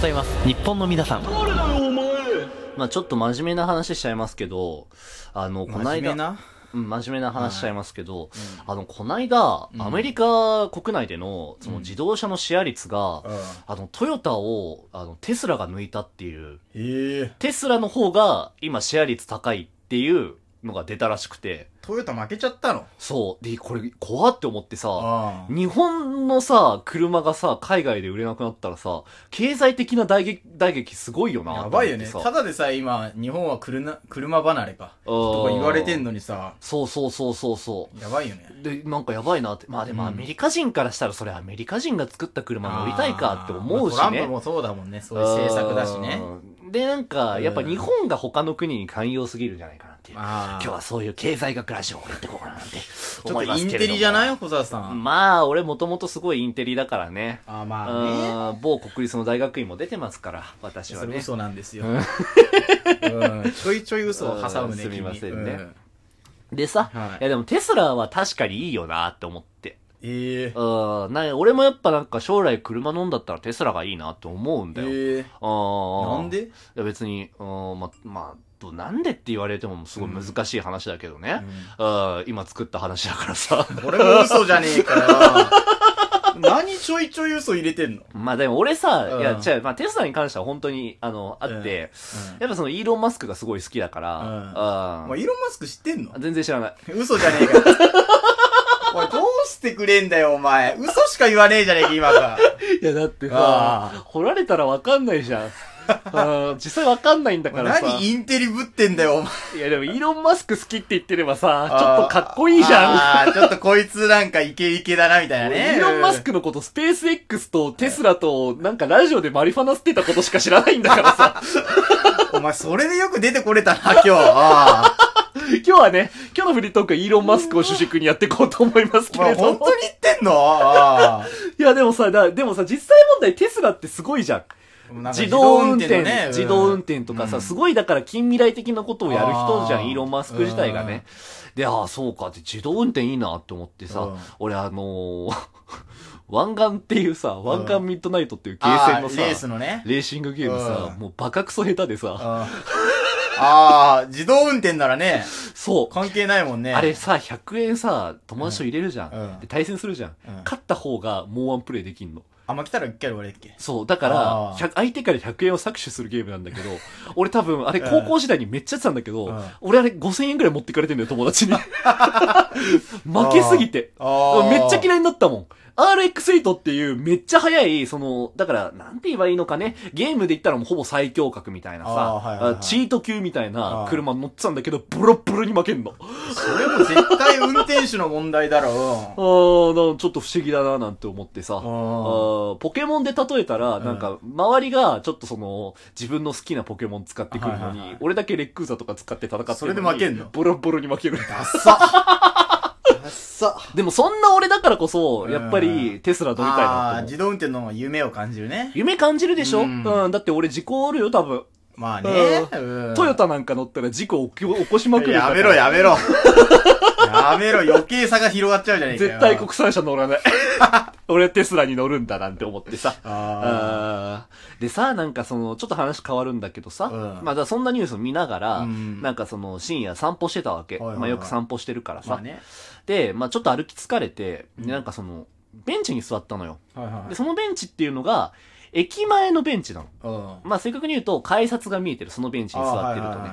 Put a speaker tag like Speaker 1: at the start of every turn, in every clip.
Speaker 1: ざいます。日本の皆さん。
Speaker 2: まあちょっと真面目な話しちゃいますけど、あの、こない
Speaker 3: 真面目
Speaker 2: だ、
Speaker 3: な
Speaker 2: うん、真面目な話しちゃいますけど、あの、こないだ、アメリカ国内での、その自動車のシェア率が、あの、トヨタを、あの、テスラが抜いたっていう、
Speaker 3: ええ
Speaker 2: テスラの方が今シェア率高いっていうのが出たらしくて、
Speaker 3: トヨタ負けちゃったの
Speaker 2: そう。で、これ怖って思ってさ、
Speaker 3: あ
Speaker 2: 日本のさ、車がさ、海外で売れなくなったらさ、経済的な大激、大激すごいよな。
Speaker 3: やばいよね
Speaker 2: と思っ
Speaker 3: た
Speaker 2: てさ
Speaker 3: だでさえ今日本は車車離れかとか言われてんのにさ
Speaker 2: そうそうそうそうそ
Speaker 3: やばいよね
Speaker 2: う。で、なんかやばいなって。まあでも
Speaker 3: うん
Speaker 2: アメリカ人からしたらそれアメリカ人が作った車乗りたいかって思うし
Speaker 3: まあトランプ
Speaker 2: ね。
Speaker 3: もそうだもんねそういう政策だしね
Speaker 2: うん。で、なんか、やっぱ日本が他の国に寛容すぎるんじゃないかなっていう。
Speaker 3: あ
Speaker 2: 今
Speaker 3: あ
Speaker 2: 日はそういう経済学ラジオをやっていこうかなって
Speaker 3: ちょ
Speaker 2: 思
Speaker 3: っ
Speaker 2: い
Speaker 3: と
Speaker 2: ま
Speaker 3: イ
Speaker 2: す
Speaker 3: ン
Speaker 2: けれども。
Speaker 3: テリじゃない小沢さん
Speaker 2: まあ、俺もともとすごいインテリだからね。
Speaker 3: あー
Speaker 2: う
Speaker 3: まあね
Speaker 2: ーん某国立の大学院も出てますから、私は
Speaker 3: それ
Speaker 2: ね。
Speaker 3: 嘘なんですよ、うん、ちょいちょい嘘を挟むね
Speaker 2: うんすみませんね
Speaker 3: 君う
Speaker 2: でさ、
Speaker 3: はい
Speaker 2: い、やでもテスラは確かにいいよなって思って。
Speaker 3: ええ
Speaker 2: うーん、な俺もやっぱなんか将来車乗んだったらテスラがいいなって思うんだよ。
Speaker 3: ええ
Speaker 2: あー
Speaker 3: なんで
Speaker 2: いや別に、うーん、ま、まあ、どなんでって言われてもすごい難しい話だけどね。うん、今作った話だからさ。
Speaker 3: 俺も嘘じゃねえからよ何ちょいちょい嘘入れてんの
Speaker 2: まあでも俺さ、
Speaker 3: うん
Speaker 2: いや、違う、まあテスラに関しては本当に、あの、あって、やっぱそのイーロン・マスクがすごい好きだから、
Speaker 3: うん
Speaker 2: あ
Speaker 3: お前イーロンマスク知ってんの
Speaker 2: 全然知らない。
Speaker 3: 嘘じゃねえかよおい、どうしてくれんだよ、お前。嘘しか言わねえじゃねえか、今が。
Speaker 2: いや、だって
Speaker 3: ああ
Speaker 2: さ、掘られたらわかんない じゃん。あー実際わかんないんだからさ。
Speaker 3: 何インテリぶってんだよ、お前。
Speaker 2: いや、でもイーロン・マスク好きって言ってればさ、ち
Speaker 3: あー
Speaker 2: ょっとかっこいいじゃん。
Speaker 3: あーちょっとこいつなんかイケイケだな、みたいなね。
Speaker 2: イーロン・マスクのことスペース X とテスラとなんかラジオでマリファナ吸ってたことしか知らないんだから さ。
Speaker 3: お前、それでよく出てこれたな、今日。あ ー
Speaker 2: 今日はね、今日のフリートークはイーロン・マスクを主軸にやっていこうと思いますけ
Speaker 3: お前、
Speaker 2: れど
Speaker 3: 本
Speaker 2: も。
Speaker 3: 当に言ってんのあ
Speaker 2: いや、でもさ、だでもさ、実際問題テスラってすごいじゃん。
Speaker 3: ーなんか
Speaker 2: 自動運転、
Speaker 3: のね
Speaker 2: 自動運転とかさ、
Speaker 3: うん
Speaker 2: すごいだから近未来的なことをやる人じゃ
Speaker 3: あ
Speaker 2: ん、
Speaker 3: ー
Speaker 2: イーロン・マスク自体がね。で、ああ、そうかって、自動運転いいなって思って
Speaker 3: う
Speaker 2: さ
Speaker 3: ん、
Speaker 2: 俺あのー、 湾岸っていうさ、湾岸ミッドナイトっていうゲーセ
Speaker 3: あ
Speaker 2: ンの
Speaker 3: ー
Speaker 2: さ、
Speaker 3: レースのね。
Speaker 2: レーシングゲームさ
Speaker 3: う、ん
Speaker 2: もうバカクソ下手でさ、
Speaker 3: あーあー、自動運転ならね、
Speaker 2: そう。
Speaker 3: 関係ないもんね。
Speaker 2: あれさ、100円さ、友達と入れるじゃ
Speaker 3: うんうん
Speaker 2: ん。で、対戦するじゃん
Speaker 3: うん。
Speaker 2: 勝った方がもうワンプレイできんの。
Speaker 3: あ、負けたら一回俺だっけ
Speaker 2: そう、だか
Speaker 3: あ
Speaker 2: ら、
Speaker 3: ー
Speaker 2: 100相手から100円を搾取するゲームなんだけど、 俺多分、あれ高校時代にめっちゃやってたんだけど、
Speaker 3: うん
Speaker 2: 俺あれ5000円くらい持ってかれてんだよ、友達に。 負けすぎて。
Speaker 3: あー
Speaker 2: めっちゃ嫌いになったもん。RX8 っていうめっちゃ速い、その、だから、なんて言えばいいのかね、ゲームで言ったらもうほぼ最強格みたいなさ、
Speaker 3: あーはいはいはい
Speaker 2: あチート級みたい
Speaker 3: あ
Speaker 2: な
Speaker 3: ー
Speaker 2: 車乗ってたんだけど、ボロッボロに負けんの。
Speaker 3: それも絶対運転手の問題だろ
Speaker 2: あー、なんかちょっと不思議だななんて思って さ。あ
Speaker 3: ん
Speaker 2: ーポケモンで例えたら、
Speaker 3: ん
Speaker 2: なんか、周りがちょっとその、自分の好きなポケモン使ってくるの
Speaker 3: はいはいは
Speaker 2: に
Speaker 3: い、
Speaker 2: 俺だけレッグーザとか使って戦ってるのに
Speaker 3: それで負けんの
Speaker 2: ボロボロに負け る。
Speaker 3: ダッサダッサ
Speaker 2: でもそんな俺だからこそ、
Speaker 3: うん
Speaker 2: やっぱりテスラ乗りたいな
Speaker 3: あ
Speaker 2: と
Speaker 3: あー
Speaker 2: 思う。
Speaker 3: 自動運転の夢を感じるね
Speaker 2: 夢感じるでしょ
Speaker 3: う
Speaker 2: うんん、だって俺事故おるよ、多分。
Speaker 3: まあね
Speaker 2: トヨ
Speaker 3: タ
Speaker 2: タなんか乗ったら事故起き起こしまくるんだか
Speaker 3: や
Speaker 2: ら
Speaker 3: めろやめろ やめろ余計差が広がっちゃうじゃねえかよ
Speaker 2: 絶対国産車乗ら ない。俺テスラに乗るんだなんて思ってさ。
Speaker 3: あ
Speaker 2: あーでさ、なんかその、ちょっと話変わるんだけどさ、
Speaker 3: うん
Speaker 2: まあだからそんなニュース見ながら、
Speaker 3: うん
Speaker 2: なんかその深夜散歩してたわけ。
Speaker 3: はいはいはい
Speaker 2: まあよく散歩してるから
Speaker 3: あ
Speaker 2: さ。
Speaker 3: まあね
Speaker 2: で、まあちょっと歩き疲れて、でなんかその、ベンチに座ったのよ。
Speaker 3: はいは
Speaker 2: で、そのベンチっていうのが、駅前のベンチなの。
Speaker 3: い
Speaker 2: まあ正確に言うと、改札が見えてる、そのベンチに座ってるとね。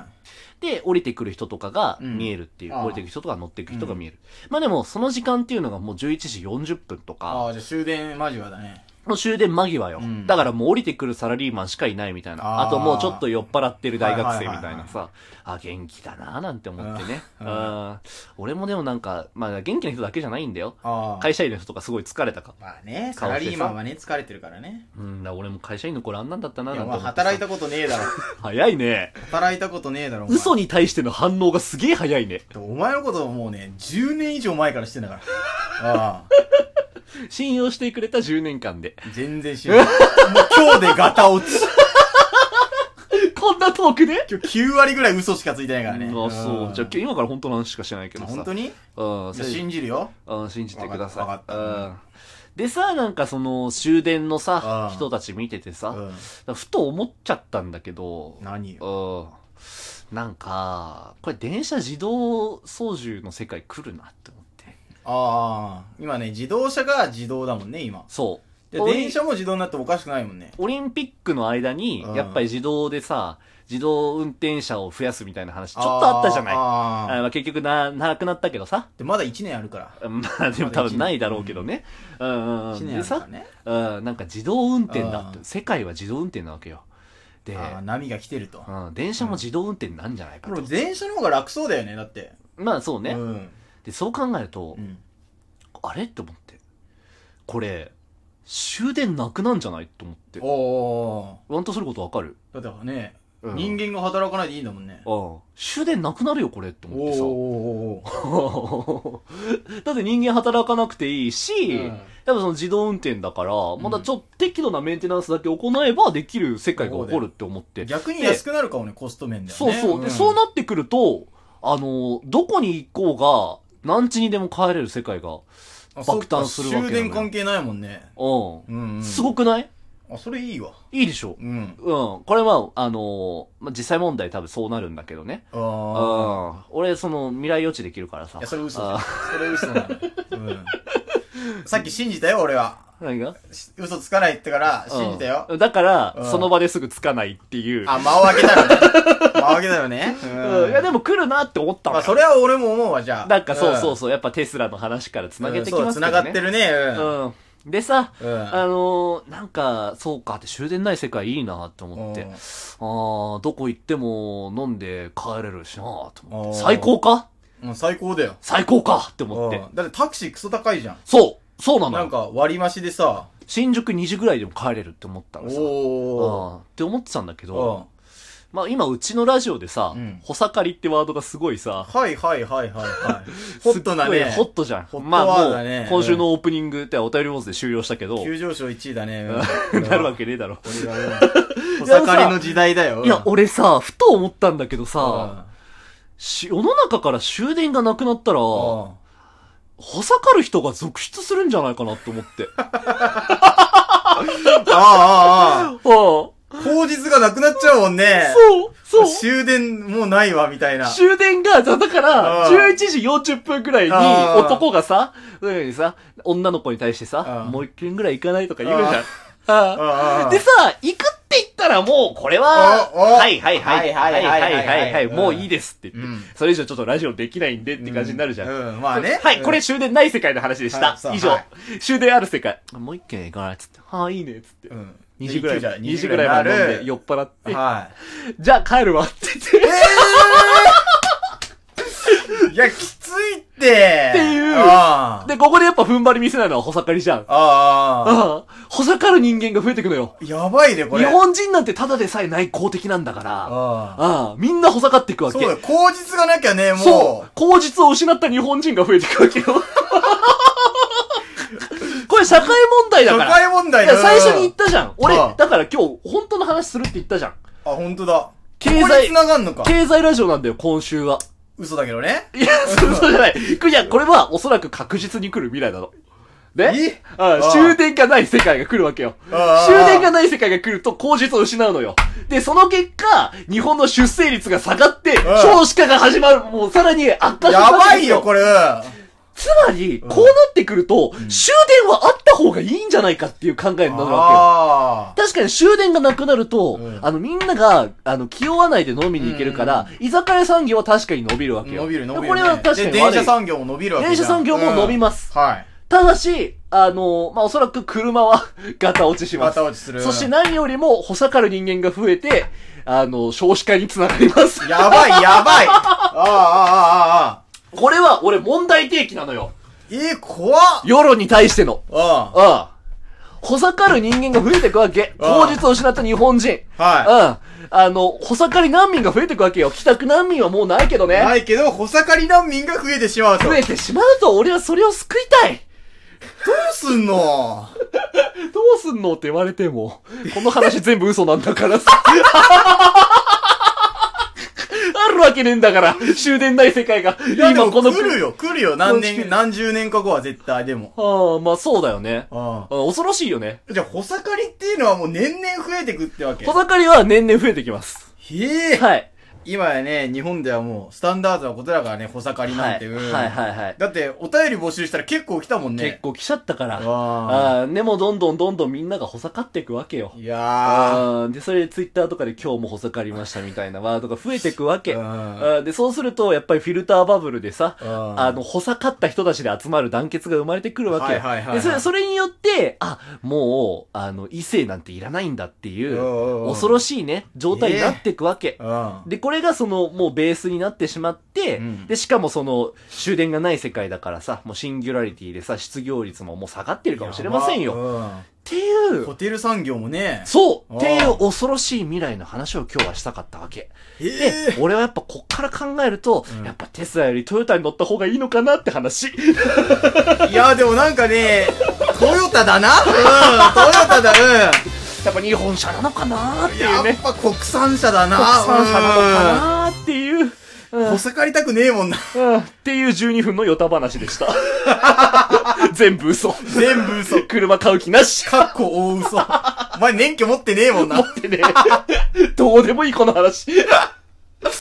Speaker 2: で、降りてくる人とかが
Speaker 3: うん
Speaker 2: 見えるっていう、
Speaker 3: あー
Speaker 2: 降りてくる人とか乗ってく人が見える。まあでも、その時間っていうのがもう11時40分とか、
Speaker 3: ああじゃあ終電間際だね
Speaker 2: もう終電間際よ、
Speaker 3: うん
Speaker 2: だからもう降りてくるサラリーマンしかいないみたいな。
Speaker 3: あー
Speaker 2: あともうちょっと酔っ払ってる大学生みた
Speaker 3: はい
Speaker 2: い
Speaker 3: はい
Speaker 2: なさ。あ、元気だなぁなんて思ってね。
Speaker 3: う
Speaker 2: うんん俺もでもなんか、まあ元気な人だけじゃないんだよ。
Speaker 3: ああ
Speaker 2: 会社員の人とかすごい疲れたか。
Speaker 3: まあねサラリーマンはね疲れてるからね
Speaker 2: うん、だから俺も会社員の頃あんなんだったないぁな
Speaker 3: や
Speaker 2: ん
Speaker 3: ま
Speaker 2: て
Speaker 3: あ
Speaker 2: 思ってさ。
Speaker 3: 働いたことねえだろ
Speaker 2: 早いね。
Speaker 3: 働いたことねえだろお前
Speaker 2: 嘘に対しての反応がすげえ早いね。
Speaker 3: お前のことはもうね10年以上前からしてんだからああ
Speaker 2: 信用してくれた10年間で。
Speaker 3: 全然知らない。もう今日でガタ落ち。
Speaker 2: こんなトークで
Speaker 3: 今日9割ぐらい嘘しかついてないからね。
Speaker 2: あ、そう。じゃあ
Speaker 3: あ、
Speaker 2: 今から本当の話しかしないけどさ。
Speaker 3: 本当に
Speaker 2: うん、
Speaker 3: じゃあ信じるよ。
Speaker 2: うん、信じてください。
Speaker 3: わかったわ
Speaker 2: うん。でさ、なんかその終電の
Speaker 3: あ
Speaker 2: さ
Speaker 3: あ、
Speaker 2: 人たち見ててさ、だか
Speaker 3: うん
Speaker 2: らふと思っちゃったんだけど、
Speaker 3: 何よ。
Speaker 2: うん。なんか、これ電車自動操縦の世界来るなって思って。
Speaker 3: ああ、今ね、自動車が自動だもんね、今。
Speaker 2: そう。
Speaker 3: で
Speaker 2: オリ
Speaker 3: 電車も自動になってもおかしくないもんね。
Speaker 2: オリンピックの間に
Speaker 3: うん、
Speaker 2: やっぱり自動でさ、自動運転車を増やすみたいな話、ちょっとあったじゃない。あ
Speaker 3: あーあー
Speaker 2: まあ結局な、なくなったけどさ。
Speaker 3: で、まだ1年あるから。
Speaker 2: まあでも多分ないだろうけどね。うんうんう
Speaker 3: 1
Speaker 2: ん。
Speaker 3: 年あ
Speaker 2: で
Speaker 3: るから
Speaker 2: さ、
Speaker 3: ね。
Speaker 2: うん、なんか自動運転だって
Speaker 3: う。ん
Speaker 2: 世界は自動運転なわけよ。で、
Speaker 3: ああ、波が来てると。
Speaker 2: うん、電車も自動運転なんじゃないか
Speaker 3: これ
Speaker 2: と。
Speaker 3: 電車の方が楽そうだよね、だって。
Speaker 2: まあそう
Speaker 3: う
Speaker 2: ね。
Speaker 3: ん。
Speaker 2: で、そう考えると
Speaker 3: う、ん
Speaker 2: あれって思って。これ、終電なくなんじゃないと思って。
Speaker 3: おお
Speaker 2: ワンとすることわかる
Speaker 3: だってね、
Speaker 2: うん
Speaker 3: 人間が働かないでいいんだもんね。
Speaker 2: うん。終電なくなるよ、これって
Speaker 3: お
Speaker 2: 思ってさ。
Speaker 3: おーおーおー
Speaker 2: だって人間働かなくていいし、
Speaker 3: うん
Speaker 2: 多分その自動運転だから、まだちょっと適度なメンテナンスだけ行えばできる世界が起こるって思って。
Speaker 3: 逆に安くなるかもね、コスト面では
Speaker 2: そ
Speaker 3: ね。
Speaker 2: うそう。で、そうなってくると、あの、どこに行こうが、何地にでも帰れる世界が、
Speaker 3: あそっか
Speaker 2: 爆誕するわけだね
Speaker 3: 終電関係ないもんね。
Speaker 2: う
Speaker 3: うん、うん。
Speaker 2: ん。すごくない
Speaker 3: あ、それいいわ。
Speaker 2: いいでしょ
Speaker 3: うん。
Speaker 2: うん。これは、あの、まあ、実際問題多分そうなるんだけどね。
Speaker 3: あ
Speaker 2: う
Speaker 3: あ。
Speaker 2: ん。俺、その、未来予知できるからさ。
Speaker 3: いや、それ嘘
Speaker 2: あ
Speaker 3: だ。それ嘘なのよ。うん。さっき信じたよ、俺は。
Speaker 2: 何が
Speaker 3: し嘘つかないってから、信じたよ。
Speaker 2: うんだから、
Speaker 3: うん
Speaker 2: その場ですぐつかないっていう。
Speaker 3: あ、間を開けたらね。間を開けたらね。
Speaker 2: うんいや、で
Speaker 3: も。
Speaker 2: も来るなって思ったの
Speaker 3: ま
Speaker 2: よ
Speaker 3: あ、それは俺も思うわ、じゃあ。
Speaker 2: なんかそうそう
Speaker 3: そ
Speaker 2: そう、やっぱテスラの話から
Speaker 3: うん。
Speaker 2: 繋げてきます
Speaker 3: そ
Speaker 2: けどね。
Speaker 3: う繋がってるね。うん。
Speaker 2: うん。でさ、
Speaker 3: うん
Speaker 2: あのーなんか、そうかって終電ない世界いいなって思って、
Speaker 3: うん
Speaker 2: あーどこ行っても飲んで帰れるしなと思って、
Speaker 3: おー
Speaker 2: 最高か
Speaker 3: もう最高だよ。
Speaker 2: 最高かって思って
Speaker 3: う。んだってタクシークソ高いじゃん。
Speaker 2: そうそうなの
Speaker 3: なん
Speaker 2: よ。
Speaker 3: か割り増しでさ、
Speaker 2: 新宿2時ぐらいでも帰れるって思ったのさ。
Speaker 3: おー。
Speaker 2: うんって思ってたんだけ
Speaker 3: う
Speaker 2: ど、
Speaker 3: ん
Speaker 2: まあ今うちのラジオでさ
Speaker 3: うん、
Speaker 2: ほさかりってワードがすごいさ、
Speaker 3: はいはいはいはいはい。ホットな
Speaker 2: すっご
Speaker 3: ね
Speaker 2: い。ホットじゃん。
Speaker 3: ホット
Speaker 2: ま
Speaker 3: ワー
Speaker 2: あ
Speaker 3: ド
Speaker 2: も
Speaker 3: だね
Speaker 2: う、今週のオープニングってお便りボーズで終了したけど、
Speaker 3: 急上昇1位だね。
Speaker 2: なるわけねえだろ。
Speaker 3: 俺がうん。お盛りの時代だよ。
Speaker 2: いや、
Speaker 3: うん
Speaker 2: 俺さ、ふと思ったんだけど
Speaker 3: うん
Speaker 2: さ、し世の中から終電がなくなったら、ほ
Speaker 3: うん
Speaker 2: さかる人が続出するんじゃないかなって思 って。ああ。
Speaker 3: ああああ
Speaker 2: そ
Speaker 3: ああ。口実がなくなっちゃうもんね。
Speaker 2: う、そう。
Speaker 3: 終電もうないわ、みたいな。
Speaker 2: 終電が、だだか
Speaker 3: あ
Speaker 2: ら、
Speaker 3: あ
Speaker 2: 11時40分くらいに、
Speaker 3: ああ
Speaker 2: 男がさ、そういうふうにさ、女の子に対して
Speaker 3: あ
Speaker 2: さ
Speaker 3: あ、
Speaker 2: もう一軒ぐらい行かないとか言うじゃん。
Speaker 3: あ
Speaker 2: ああ
Speaker 3: ああ
Speaker 2: でさ、行くって言ったらもう、これは、
Speaker 3: おお
Speaker 2: はいはいはい、
Speaker 3: は
Speaker 2: はいい
Speaker 3: は
Speaker 2: はいい
Speaker 3: は
Speaker 2: はいい
Speaker 3: はい
Speaker 2: はい、はい
Speaker 3: うん
Speaker 2: もういいですって言
Speaker 3: う
Speaker 2: っ
Speaker 3: ん
Speaker 2: て、それ以上ちょっとラジオできないんでって感じになるじゃん。
Speaker 3: うん、まあね。
Speaker 2: はい、こ
Speaker 3: う
Speaker 2: れ
Speaker 3: ん
Speaker 2: 終電ない世界の話でし
Speaker 3: は
Speaker 2: た
Speaker 3: いそう。
Speaker 2: 以上
Speaker 3: は。
Speaker 2: 終電ある世界。もう一軒行かないっつって、はあ、いいねっつって
Speaker 3: う。ん。
Speaker 2: 2時ぐらい、
Speaker 3: 2
Speaker 2: 2
Speaker 3: 時
Speaker 2: 時
Speaker 3: ぐ
Speaker 2: ぐ
Speaker 3: ら
Speaker 2: ら
Speaker 3: い
Speaker 2: いまで飲
Speaker 3: まで飲ん
Speaker 2: ん
Speaker 3: で
Speaker 2: で酔っ払って、
Speaker 3: は
Speaker 2: じゃあ帰るわって言って。
Speaker 3: い。いや、きついって。
Speaker 2: っていう
Speaker 3: ああ。
Speaker 2: で、ここでやっぱ踏ん張り見せないのはホサカリじゃん。あ
Speaker 3: ああ。
Speaker 2: あ、ホサカる人間が増えてくのよ。
Speaker 3: やばいね、これ。
Speaker 2: 日本人なんてただでさえ内向的なんだから、あ
Speaker 3: あ
Speaker 2: あ、みんなホサカっていく
Speaker 3: あ。
Speaker 2: わけ。
Speaker 3: そうだ、口実がなきゃね、
Speaker 2: そ
Speaker 3: も
Speaker 2: う口実を失った日本人が増えていくわ けよ。これ社会問題
Speaker 3: う。
Speaker 2: だ
Speaker 3: 社
Speaker 2: から。
Speaker 3: 会問題
Speaker 2: い
Speaker 3: だ
Speaker 2: や、
Speaker 3: な
Speaker 2: 最初に言ったじゃん。俺、
Speaker 3: うん
Speaker 2: だから今日、本当の話するって言ったじゃん。
Speaker 3: あ、本当だ。
Speaker 2: 経済
Speaker 3: ここに繋がんのか。
Speaker 2: 経済ラジオなんだよ、今週は。
Speaker 3: 嘘だけどね。
Speaker 2: いや、そうそうじゃない。いや、これはおそらく確実に来る未来なの。ね
Speaker 3: え
Speaker 2: あ
Speaker 3: ああ
Speaker 2: あ終電がない世界が来るわけよ。終
Speaker 3: ああ
Speaker 2: 電がない世界が来ると、口実を失うのよ。で、その結果、日本の出生率が下がって、
Speaker 3: ああ
Speaker 2: 少子化が始まる、もうさらに悪化して
Speaker 3: やばいよ、これ。
Speaker 2: つまり、こうなってくると、終電はあった方がいいんじゃないかっていう考えになるわ
Speaker 3: ああ
Speaker 2: けよ。確かに終電がなくなると、
Speaker 3: うん
Speaker 2: あの、みんなが、あの、気負わないで飲みに行けるから、居酒屋産業は確かに伸びるわけよ。
Speaker 3: 伸びる伸びる、ね。
Speaker 2: これは確かに
Speaker 3: で電車産業も伸びるわけじゃ
Speaker 2: 電
Speaker 3: ん
Speaker 2: 車産業も伸びます
Speaker 3: うんはい。
Speaker 2: ただし、あの、まあ、おそらく車は、ガタ落ちしま
Speaker 3: バ
Speaker 2: す
Speaker 3: タ。落ちする。
Speaker 2: そして何よりも、ほさかる人間が増えて、あの、少子化につながります。
Speaker 3: やばい、やばい。ああ、ああ、ああ。
Speaker 2: これは、俺、問題提起なのよ。
Speaker 3: えー、怖っ。
Speaker 2: 世論に対しての。
Speaker 3: あ
Speaker 2: ああ。ほさかる人間が増えていくわけ。
Speaker 3: ああ
Speaker 2: 口実を失った日本人。
Speaker 3: あ。
Speaker 2: う
Speaker 3: は
Speaker 2: ん。あの、ほさかり難民が増えていくわけよ。帰宅難民はもうないけど
Speaker 3: い。
Speaker 2: ね。
Speaker 3: ないけど、ほさかり難民が増えてしまうと。
Speaker 2: 増
Speaker 3: どう
Speaker 2: えてしまうと、俺はそれを救いたい。
Speaker 3: すんの
Speaker 2: どうすんのって言われて も、この話全部嘘なんだからさ。あるわけねえんだから、終電ない世界が。
Speaker 3: いや、でも
Speaker 2: 今この
Speaker 3: 来るよ、来るよ。何
Speaker 2: この地
Speaker 3: 年、
Speaker 2: 区
Speaker 3: 何十年か後は絶対、でも。
Speaker 2: ああ、まあそうだよね。
Speaker 3: あ
Speaker 2: あ恐ろしいよね。
Speaker 3: あ。じゃあ、穂盛りっていうのはもう年々増えてくってわけ
Speaker 2: 小。盛りは年々増えてきます。
Speaker 3: へえ。
Speaker 2: はい。
Speaker 3: 今やね、日本ではもう、スタンダードなことだからね、穂盛り
Speaker 2: は
Speaker 3: なん
Speaker 2: い。
Speaker 3: て。うん
Speaker 2: はいはいはい。
Speaker 3: だって、お便り募集したら結構来たもんね。
Speaker 2: 結構来ちゃったから。
Speaker 3: あ
Speaker 2: ああ、でもどんどんどんどんみんながほさかっていくわけよ
Speaker 3: あ。。いや
Speaker 2: あーで、それでツイッターとかで今日もほさかりましたみたいなワードが増えていくわけ。あ
Speaker 3: ー。あ
Speaker 2: ーで、そうすると、やっぱりフィルターバブルでさ、あ
Speaker 3: あ
Speaker 2: の、ほさかった人たちで集まる団結が生まれてくるわけよ。
Speaker 3: はいはいはいはい
Speaker 2: でそれ、それによって、あ、もう、あの、異性なんていらないんだってい
Speaker 3: おうおう
Speaker 2: う、
Speaker 3: おう
Speaker 2: 恐ろしいね、状態になっていくわけ。
Speaker 3: あ
Speaker 2: で、これがその、もうベースになってしまって、
Speaker 3: うん
Speaker 2: で、しかもその、終電がない世界だからさ、もうシンギュラリティでさ、失業率ももう下がってるかもしれませんよ。っ
Speaker 3: よ。
Speaker 2: ていう
Speaker 3: うん、ホテル産業もね。
Speaker 2: そう
Speaker 3: あー
Speaker 2: っていう恐ろしい未来の話を今日はしたかったわけ。で
Speaker 3: え、
Speaker 2: 俺はやっぱこっから考えると、
Speaker 3: うん
Speaker 2: やっぱテスラよりトヨタに乗った方がいいのかなって 話。
Speaker 3: え。いや、でもなん かね、トヨタだな。うん、トヨタだ、うん。
Speaker 2: やっぱ日本車なのかなってい
Speaker 3: や
Speaker 2: うね
Speaker 3: っ。ぱ国産車だな。
Speaker 2: 国産車なのかなっていう。うん
Speaker 3: うん。ほさかりたくねえもんな。
Speaker 2: うんっていう12分のヨタ話で した。全部嘘。
Speaker 3: 全部嘘。
Speaker 2: 車買う気なし。
Speaker 3: かっこ大嘘。お前免許持ってねえもんな
Speaker 2: 持。ってね。どうでもいいこの話。